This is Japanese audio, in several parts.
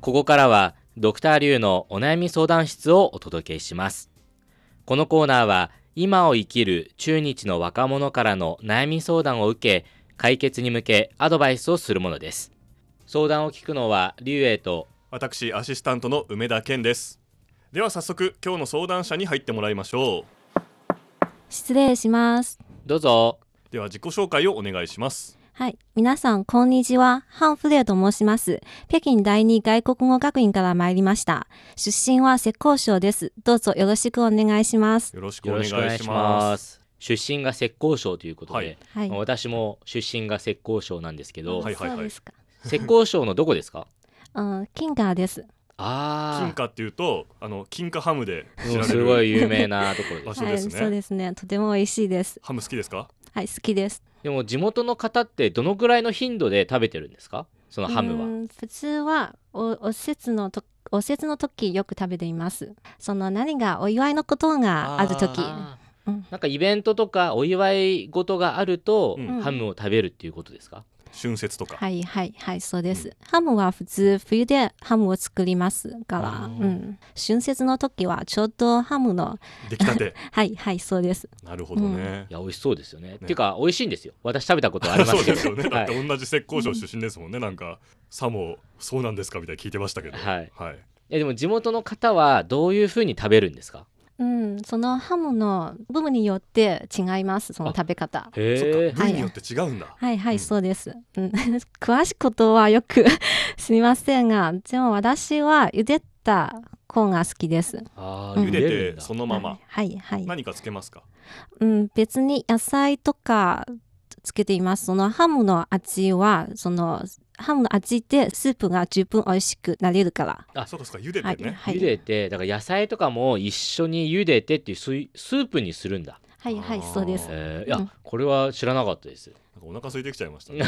ここからはドクターリュウのお悩み相談室をお届けします。このコーナーは今を生きる中日の若者からの悩み相談を受け、解決に向けアドバイスをするものです。相談を聞くのはリュウエイと私アシスタントの梅田健ですでは早速今日の相談者に入ってもらいましょう失礼します。どうぞ。では自己紹介をお願いしますはい。皆さん、こんにちは。ハン・フレーと申します。北京第二外国語学院から参りました。出身は浙江省です。どうぞよろしくお願いします。よろしくよおろし願いしくお願いしまますす。出身が浙江省ということで、はいはい。まあ私も出身が浙江省なんですけど、はいはいはいそうですか。浙江省のどこですかうん、キンガーです。あ 金貨っていうとあの金貨ハムであ、知もらうれすごるい有名なところで場す。所ですねはい、そうですね。とても美味しいです。ハム好きですかはい、好きです。でも地元の方ってどのぐらいの頻度で食べてるんですかそのハムうは。ん普通はおお施設のとお施設の時よく食べています。その何がお祝いのことがある時、あーうんなんかイベントとかお祝い事があると、うんハムを食べるっていうことですか春節とか、はいはいはいそうです、うハムは普通冬でハムを作りますかあら、うーん、春節の時はちょうどハムの出来た てはいはいそうですなるほどね、いや美味しそうですよね。っていうか美味しいんですよ。私食べたことありまそうすけでど。すよね、はだっいて同じ浙江省出身ですもんねなんかさもそうなんですかみたいに聞いてましたけどはいはい、えでも地元の方はどういうふうに食べるんですかうんそのハムの部分によって違いますその食べ方へえそっか部位によって違うんだ、はいはい、うんそうです、うん、 詳しいことはよく すみませんがでも私は茹でたコーンが好きですあうーん茹茹でるでんてだそのまま、はいはい、何かつけますかうん、別に野菜とかつけています。そのハムの味は、そのハムの味でスープが十分美味しくなれるから。あそうかそうか茹でてはい、ね、は茹い、でてだから野菜とかも一緒に茹でてっていうスイスープにするんだ、はい、はいあーそうです。えー、いや、うんこれは知らなかったです なんかお腹空いてきちゃいましたね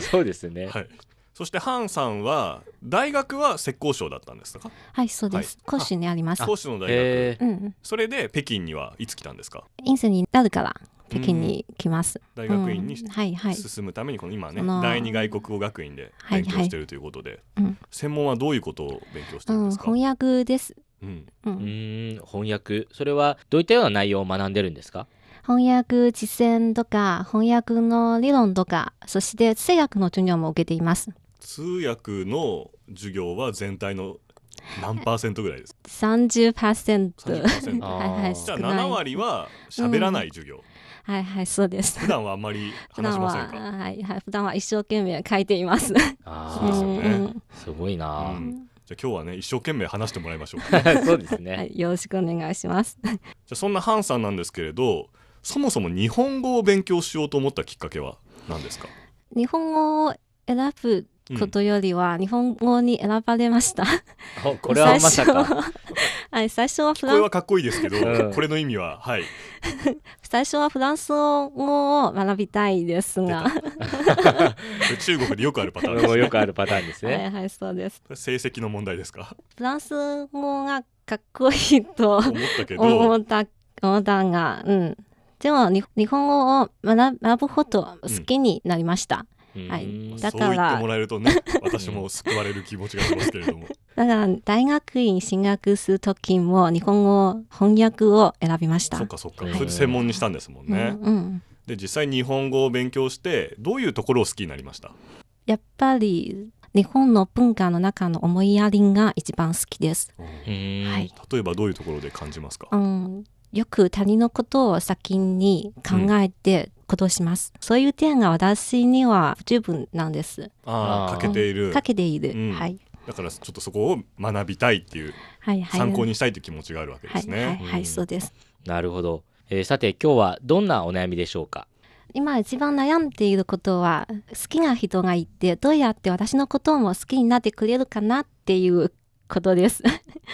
そうですね、はい。そしてハンさんは大学は浙江省だったんですか？はい、そうです。はい講師にあります。杭州の大学。えーうんうん、それで北京にはいつ来たんですか？陰性になるから、北京に来ます。大学院にうんはい、はい。進むためにこの今ねその第二外国語学院ではい勉強してるということで、うん専門はどういうことを勉強してうるんん、ですか？翻訳です。うんう、うんーん翻訳それはどういったような内容を学んでるんですか翻訳実践とか、翻訳の理論とか、そして通訳の授業も受けています。通訳の授業は全体の何パーセントぐらいですか？ 30%。三十パーセンあト。はいはい、ーじゃあ少ない七割は喋らない授業。はいはい、そうです。普段はあんまり普話し段まはせんか？はいはい、普段は一生懸命書いています。あそうですよーねうんすごいなうあ、んじゃあ今日はね一生懸命話してもらいまし ょう。そうですね、はい、よろしくお願いします。じゃあそんなハンさんなんですけれどそもそも日本語を勉強しようと思ったきっかけは何ですか、日本語を選ぶうんことよりは、日本語に選ばれました。おこれはまさ最初かは。はい、最初はフこラれンはかっこいいですけど、うんこれの意味ははい最初はフランス語を学びたいですが、は中国でよくあるパタこーンれでもすよくあるパターンですね、いはい、そうです。成績の問題ですかフランス語がかっこいいと思ったけど思った、思ったが、うん。でも、に日本語を学学ぶほど好きになりましうた。んはいそだうから言ってもらえるとね私も救われる気持ちがしますけれどもだから大学院進学する時も日本語翻訳を選びました。そっかそっか、はいそれで専門にしたんですもんね、うんうん、で実際日本語を勉強してどういうところを好きになりましたやっぱり日本の文化の中の思いやりが一番好きです。うーんはい例えばどういうところで感じますか、うん、よく他人のことを先に考えて行動します。そういう点が私には不十分なんです。あああー欠けているかけている。うんはいだからちょっとそこを学びたいっていうはいはい。参考にしたいという気持ちがあるわけではすいね。はいはうんいそうです。なるほど、えーさて今日はどんなお悩みでしょうか今一番悩んでいることは好きな人がいてどうやって私のことも好きになってくれるかなっていうこ とです。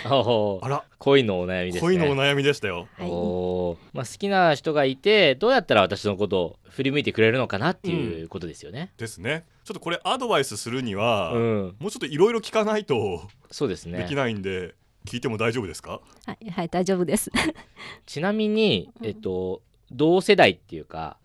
おーあら、恋のお悩みですね恋のお悩みでしたよ。はいおーまあ、好きな人がいてどうやったら私のことを振り向いてくれるのかなっていうことですよね。ですね。ちょっとこれアドバイスするには、うん、もうちょっといろいろ聞かないとそうですでねき。ないんで、聞いても大丈夫です か？はい、はい、大丈 夫です。ちなみに、うんえっと、同世代っていうか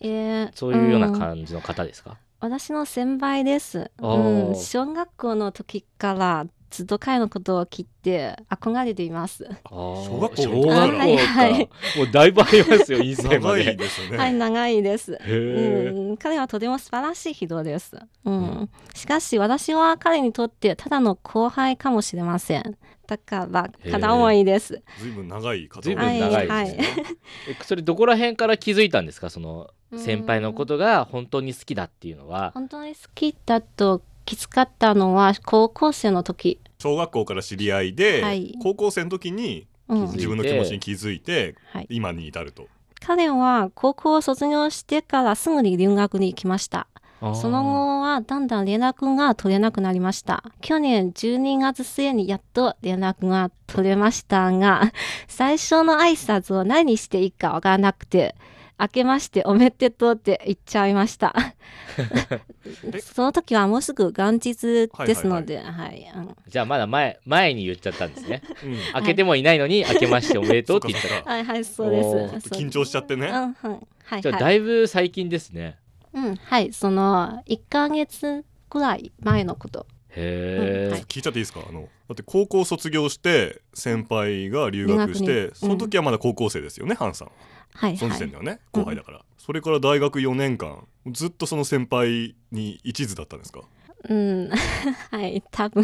えーそういうような感じの方ですか、私の先輩です。おーうん、小学校の時からずっと彼のことを聞いて憧れて います。小小学校小の時から学校か、もうだいぶありますよ、以前ま長で。いですね、はい、長いです。へーうん、彼はとても素晴らしい人です、うんうしかし私は彼にとってただの後輩かもしれませんだからへえ片思いですずいぶん長い方随分長いですね、はいえそれどこら辺から気づいたんですかそのうん先輩のことが本当に好きだっていうのは、本当に好きだときつかったのは高校生の時、 小学校から知り合いで、はい高校生の時にう気づいてん自分の気持ちに気づいてはい、今に至ると彼は高校を卒業してからすぐに留学に行きましたあーその後はだんだん連絡が取れなくなりました。去年12月末にやっと連絡が取れましたが、 最初の挨拶を何していいかわからなくて、明けましておめでとうって言っちゃい ました。 えその時はもうすぐ元日ですので、はいうんじゃあまだ前前に言っちゃったんです ねうん開けてもいないのに開けましておめでとうそっってか言ったそっかはい、はい、そうおでーす。そう緊張しちゃってね、うん、はい、はいじゃあはい。だいぶ最近ですねうん、はい、その1ヶ月ぐらい前のこと。へえ、うんはい聞いちゃっていいですかあのだって高校卒業して先輩が留学し留学て、その時はまだ高校生ですよね、ハンさんははい、その時は点いで。はね、後輩だから、それから大学4年間ずっとその先輩に一途だったんですかうん、 はい、多分。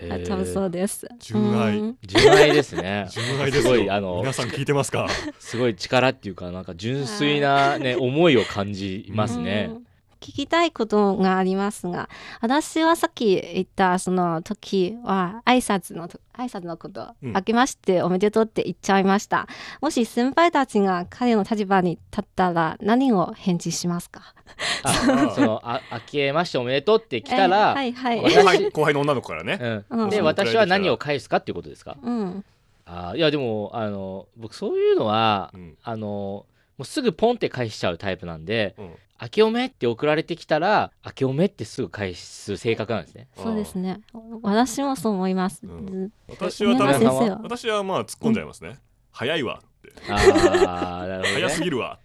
へあー多分そうです。純愛うん純愛ですね 純愛ですすよごいあの皆さん聞いてます かすごい力っていうかなんか純粋なね思いを感じますね、うん聞きたいことがありますが、私はさっき言ったその時は挨拶のと挨拶のこと、うん明けましておめでとうって言っちゃいました。もし先輩たちが彼の立場に立ったら何を返事しますか。あそのあ明けましておめでとうって来たら、えーはいはい。後輩後輩の女の子からね、う、うんんで私は何を返すかっていうことですかうん。あーいやでもあの僕そういうのはうんあのもうすぐポンって返しちゃうタイプなんでうん「明けおめ」って送られてきたら「明けおめ」ってすぐ返す性格なんですね。そうですね。私もそう思います。うん私は梅多村田中分さん先生は。私はまあ突っ込んじゃいますね、早いわってああ なるほど、早すね、ぎるわ、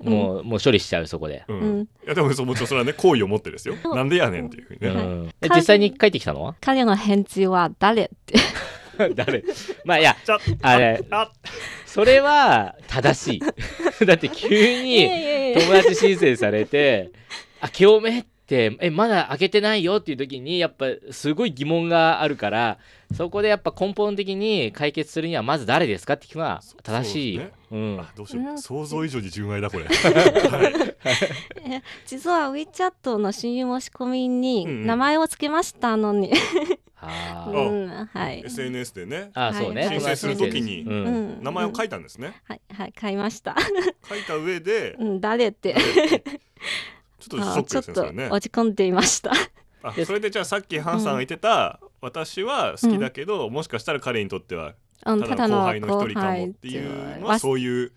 うんもうもう処理しちゃうそこで。うんうんいやでもそうもちろんそれはね好意を持ってですようんなんでやねんっていうふうにうね、ん、えはい実際に帰ってきたの は彼の返事は誰って。誰 まあいやじゃあれあそれは正しい だって急いにえいえいえ友達申請されて「明けおめ」ってえまだ開けてないよっていう時にやっぱすごい疑問があるからそこでやっぱ根本的に解決するにはまず誰ですかって聞くのは正しいよ。うんあどうしよううん想像以上に純愛だ これえ実は WeChat の親友申し込みうんうんに名前を付けましたのに、あ うーんはい SNS でねあーそうね、はい友達申請する申請時にううんん名前を書いいたんですねはいはい買いました、 書いた上でうん、誰ってちょっとショックちでょっすねとそれね落ち込んでいましたあそれでじゃあさっきハンさんが言ってた私は好きだけどもしかしたら彼にとってはうんただの後輩の一人かもっていうのは忘そういう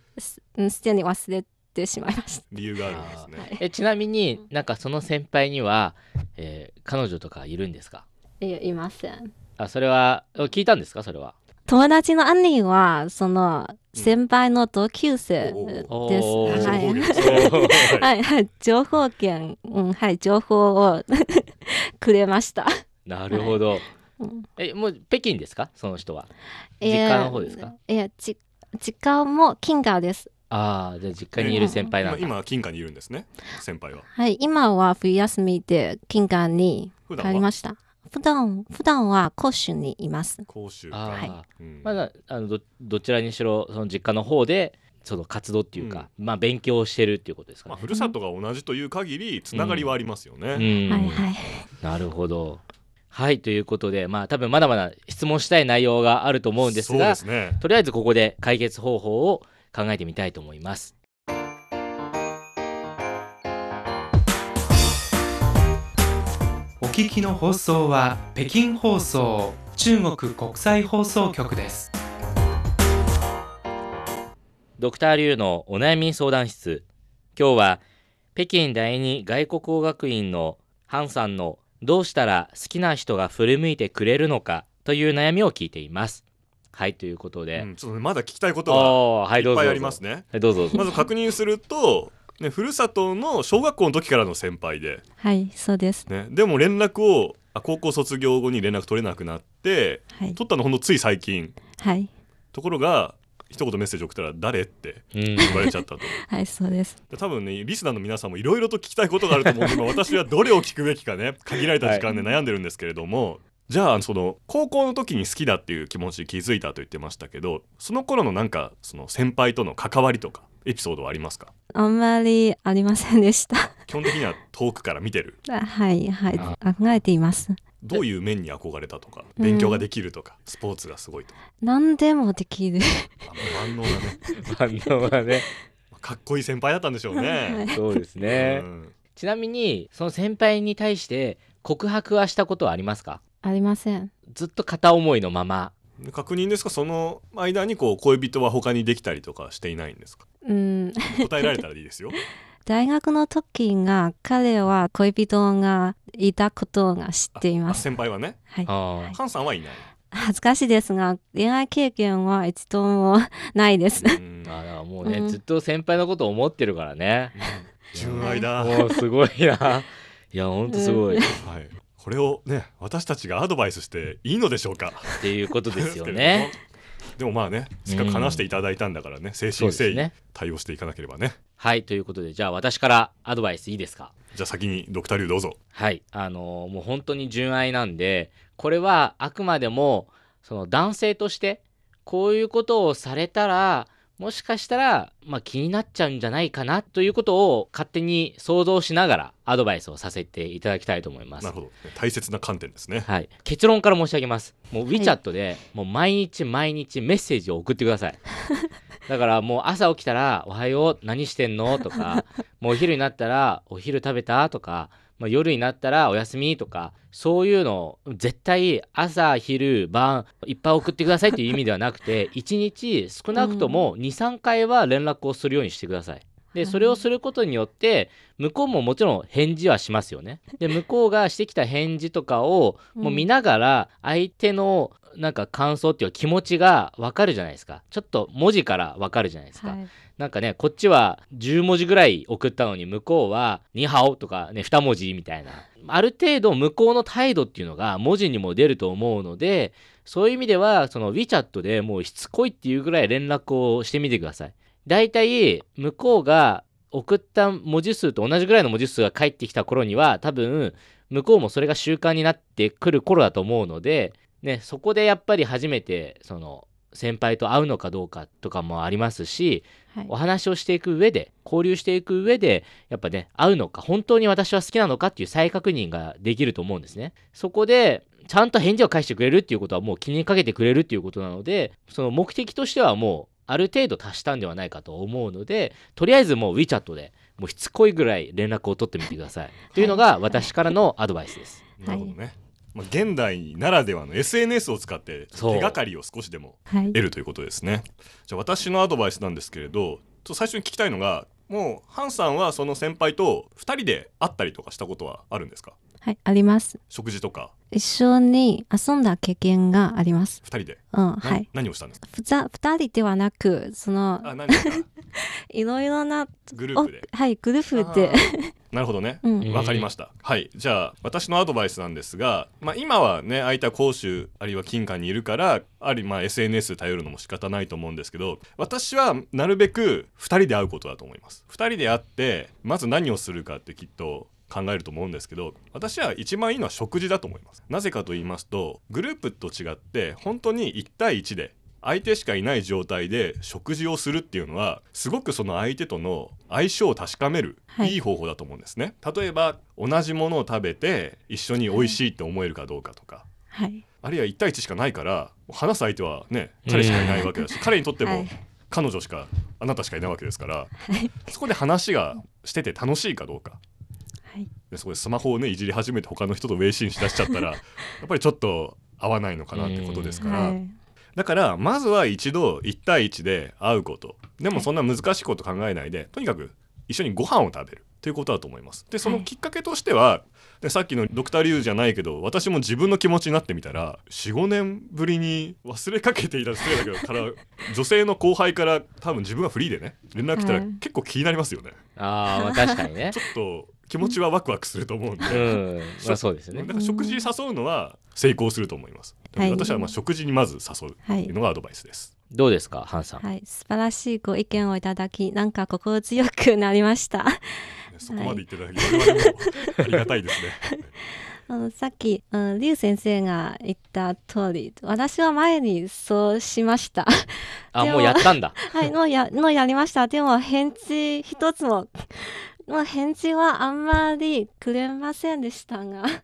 うんすでに忘れてしまいまし理由があるんですた、はねい、えちなみになんかその先輩には、えー彼女とかいるんですかいやいませんあそれは聞いたんですかそれは友達の兄はそのうん先輩の同級生おです、おおーはい情報源ですね はいはいはい情報源、うん、はい情報を くれました、なるほど、うんえもう北京ですかその人は実家の方ですか、えー、えーじ実家も金河です。ああじゃあ実家にいる先輩なんだ、今今は金貨にいるんですね先輩ははい、今は冬休みで金河に普段帰りはました。普段普段は甲州にいます。講習あ会ーはうんまだあのどどちらにしろその実家の方でその活動っていうか、まあ勉強をしてるっていうことですかまあね。ふるさとが同じという限りつながりはありますようねんはいはい。なるほど。はいということでまあ多分まだまだ質問したい内容があると思うんですそうがですねとりあえずここで解決方法を考えてみたいと思います。お聞きの放送は北京放送中国国際放送局です。ドクターリュウのお悩み相談室今日は北京第二外国語学院のハンさんのどうしたら好きな人が振り向いてくれるのかという悩みを聞いていますはいということで、うんちょっとねまだ聞きたいことがおーはいいどうっぞぱいどあうりぞ ますねはいどうぞどうぞまず確認するとね、ふるさとの小学校の時からの先輩で、はい、そうです。ね、でも連絡をあ高校卒業後に連絡取れなくなってはい。取ったのほんのつい最近はい。ところが一言メッセージ送ったら「誰?」ってうん言われちゃったと はい、そうです。で多分ねリスナーの皆さんもいろいろと聞きたいことがあると思うんで今私はどれを聞くべきかね限られた時間で悩んでるんですけれども、じゃあその高校の時に好きだっていう気持ち気づいたと言ってましたけどその頃のなんかその先輩との関わりとかエピソードはありますかあんまりありませんでした。 基本的には遠くから見てるはい、はいあ。考えています。どういう面に憧れたとかうん勉強ができるとか、スポーツがすごいとか何でもできる。あ万能だね反応はね かっこいい先輩だったんでしょう はね。いそうですね、うんちなみにその先輩に対して告白はしたことはありますかありません。ずっと片思いのままで確認ですかその間にこう恋人は他にできたりとかしていないんですかうん。答えられたらいいです よ大学の時が彼は恋人がいたことが知っていあます。先輩はねはい。あハンさんはいない恥ずかしいですが、恋愛経験は一度もないです。うんああだからもうね、うんずっと先輩のことを思ってるからね純愛だ、はい、もうすごいないやほんとすごい、うっんこれをね私たちがアドバイスしていいのでしょうかていうことですよでねすけれども でもまあねせっかく話していただいたんだからね誠そうです心誠意ね対応していかなければねはいということでじゃあ私からアドバイスいいですかじゃあ先にドクターリュウどうぞはいあのーもう本当に純愛なんでこれはあくまでもその男性としてこういうことをされたらもしかしたら、まあ、気になっちゃうんじゃないかなということを勝手に想像しながらアドバイスをさせていただきたいと思います。なるほど大切な観点ですねはい、結論から申し上げますもうい WeChat で、もう毎日毎日メッセージを送ってくださいだからもう朝起きたら「おはよう何してんの?」とかもうお昼になったら「お昼食べた?」とか、まあ、夜になったら「おやすみ」とかそういうのを絶対朝昼晩いっぱい送ってくださいっていう意味ではなくて1日少なくとも23回は連絡をするようにしてください。でそれをすることによって向こうももちろん返事はしますよね。で向こうがしてきた返事とかをもう見ながら相手のなんか感想っていうか気持ちがわかるじゃないですかちょっと文字からわかるじゃないですか、はい。なんかねこっちは10文字ぐらい送ったのに向こうは「にハオ」とかね2文字みたいなある程度向こうの態度っていうのが文字にも出ると思うのでそういう意味ではその WeChat でもうしつこいっていうぐらい連絡をしてみてくださいだいたい向こうが送った文字数と同じぐらいの文字数が返ってきた頃には多分向こうもそれが習慣になってくる頃だと思うので、ね、そこでやっぱり初めてその先輩と会うのかどうかとかもありますし、はいお話をしていく上で交流していく上でやっぱね会うのか本当に私は好きなのかっていう再確認ができると思うんですねそこでちゃんと返事を返してくれるっていうことはもう気にかけてくれるっていうことなのでその目的としてはもうある程度達したんではないかと思うのでとりあえずもう WeChat でもうしつこいぐらい連絡を取ってみてくださいというのが私からのアドバイスですなるほどね、まあ、現代ならではの SNS を使ってそう手がかりを少しでもはい。得るということですねじゃあ私のアドバイスなんですけれどちょっと最初に聞きたいのがもうハンさんはその先輩と2人で会ったりとかしたことはあるんですかはい、あります。食事とか一緒に遊んだ経験があります。 2人で、うん、なはい。何をしたんですかふざ二人ではなく、その、あ何ですかいろいろな、グルー おプではい、グループであ。ーなるほどねうん、わかりました、はいじゃあ私のアドバイスなんですが、まあ、今はね空いた講習あるいは金貨にいるからあるいはまあ SNS 頼るのも仕方ないと思うんですけど私はなるべく2人で会うことだと思います2人で会ってまず何をするかってきっと考えると思うんですけど私は一番いいのは食事だと思いますなぜかと言いますとグループと違って本当に1対1で相手しかいない状態で食事をするっていうのはすごくその相手との相性を確かめる、はいいい方法だと思うんですね例えば同じものを食べて一緒に美味しいって思えるかどうかとか、はい。あるいは1対1しかないから話す相手はね彼しかいないわけ だし、彼にとってはもい彼女しかあなたしかいないわけですから、はい。そこで話がしてて楽しいかどうかはい。でそこでスマホをねいじり始めて他の人とウェイシーンしだしちゃったらやっぱりちょっと合わないのかなってことですから、はい。だからまずは一度1対1で会うことでもそんな難しいこと考えないでとにかく一緒にご飯を食べるということだと思いますでそのきっかけとしては、でさっきのドクター・リュウじゃないけど私も自分の気持ちになってみたら45年ぶりに忘れかけていた失礼だけどから女性の後輩から多分自分はフリーでね連絡来たらうん結構気になりますよね、あーまあ確かにねちょっと気持ちはワクワクすると思うんで、うんまあそうですだねから食事誘うのは成功すると思います、はい私はまあ食事にまず誘うとはいうい。のがアドバイスです、どうですかハンさん、はい、素晴らしいご意見をいただき、なんか心強くなりました。 そこまで言っていただき我々もありがたいですねうんさっき、うん、リュウ先生が言った通り、私は前にそうしました。 あでももうやったんだはい、のや、のやりました。でも、返事一つも、 の返事はあんまりくれませんでしたが、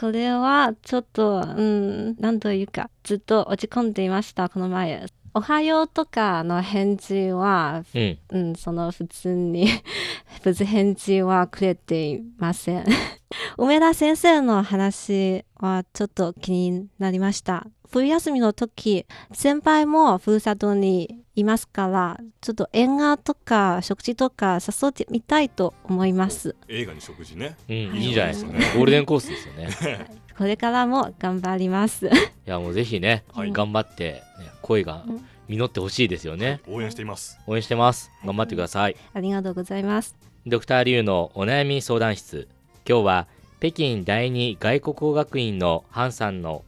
これはちょっと、うん、なんというか、ずっと落ち込んでいました、この前。おはようとかの返事は、うんうん、その普通に、 普通返事はくれていません。 梅田先生の話はちょっと気になりました。冬休みの時、先輩もふるさとにいますから、ちょっと映画とか食事とか誘ってみたいと思います。映画に食事ねうんはいいいじゃないですかねゴールデンコースですよねこれからも頑張ります。いやもうぜひね、はい頑張って、ね、恋が実ってほしいですよね応援しています応援してます頑張ってくださいありがとうございます。ドクターリュウのお悩み相談室今日は北京第二外国語学院のハンさんの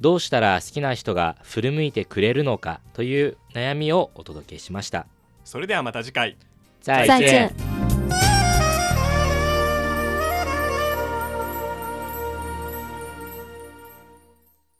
どうしたら好きな人が振り向いてくれるのかという悩みをお届けしましたそれではまた次回再 再见。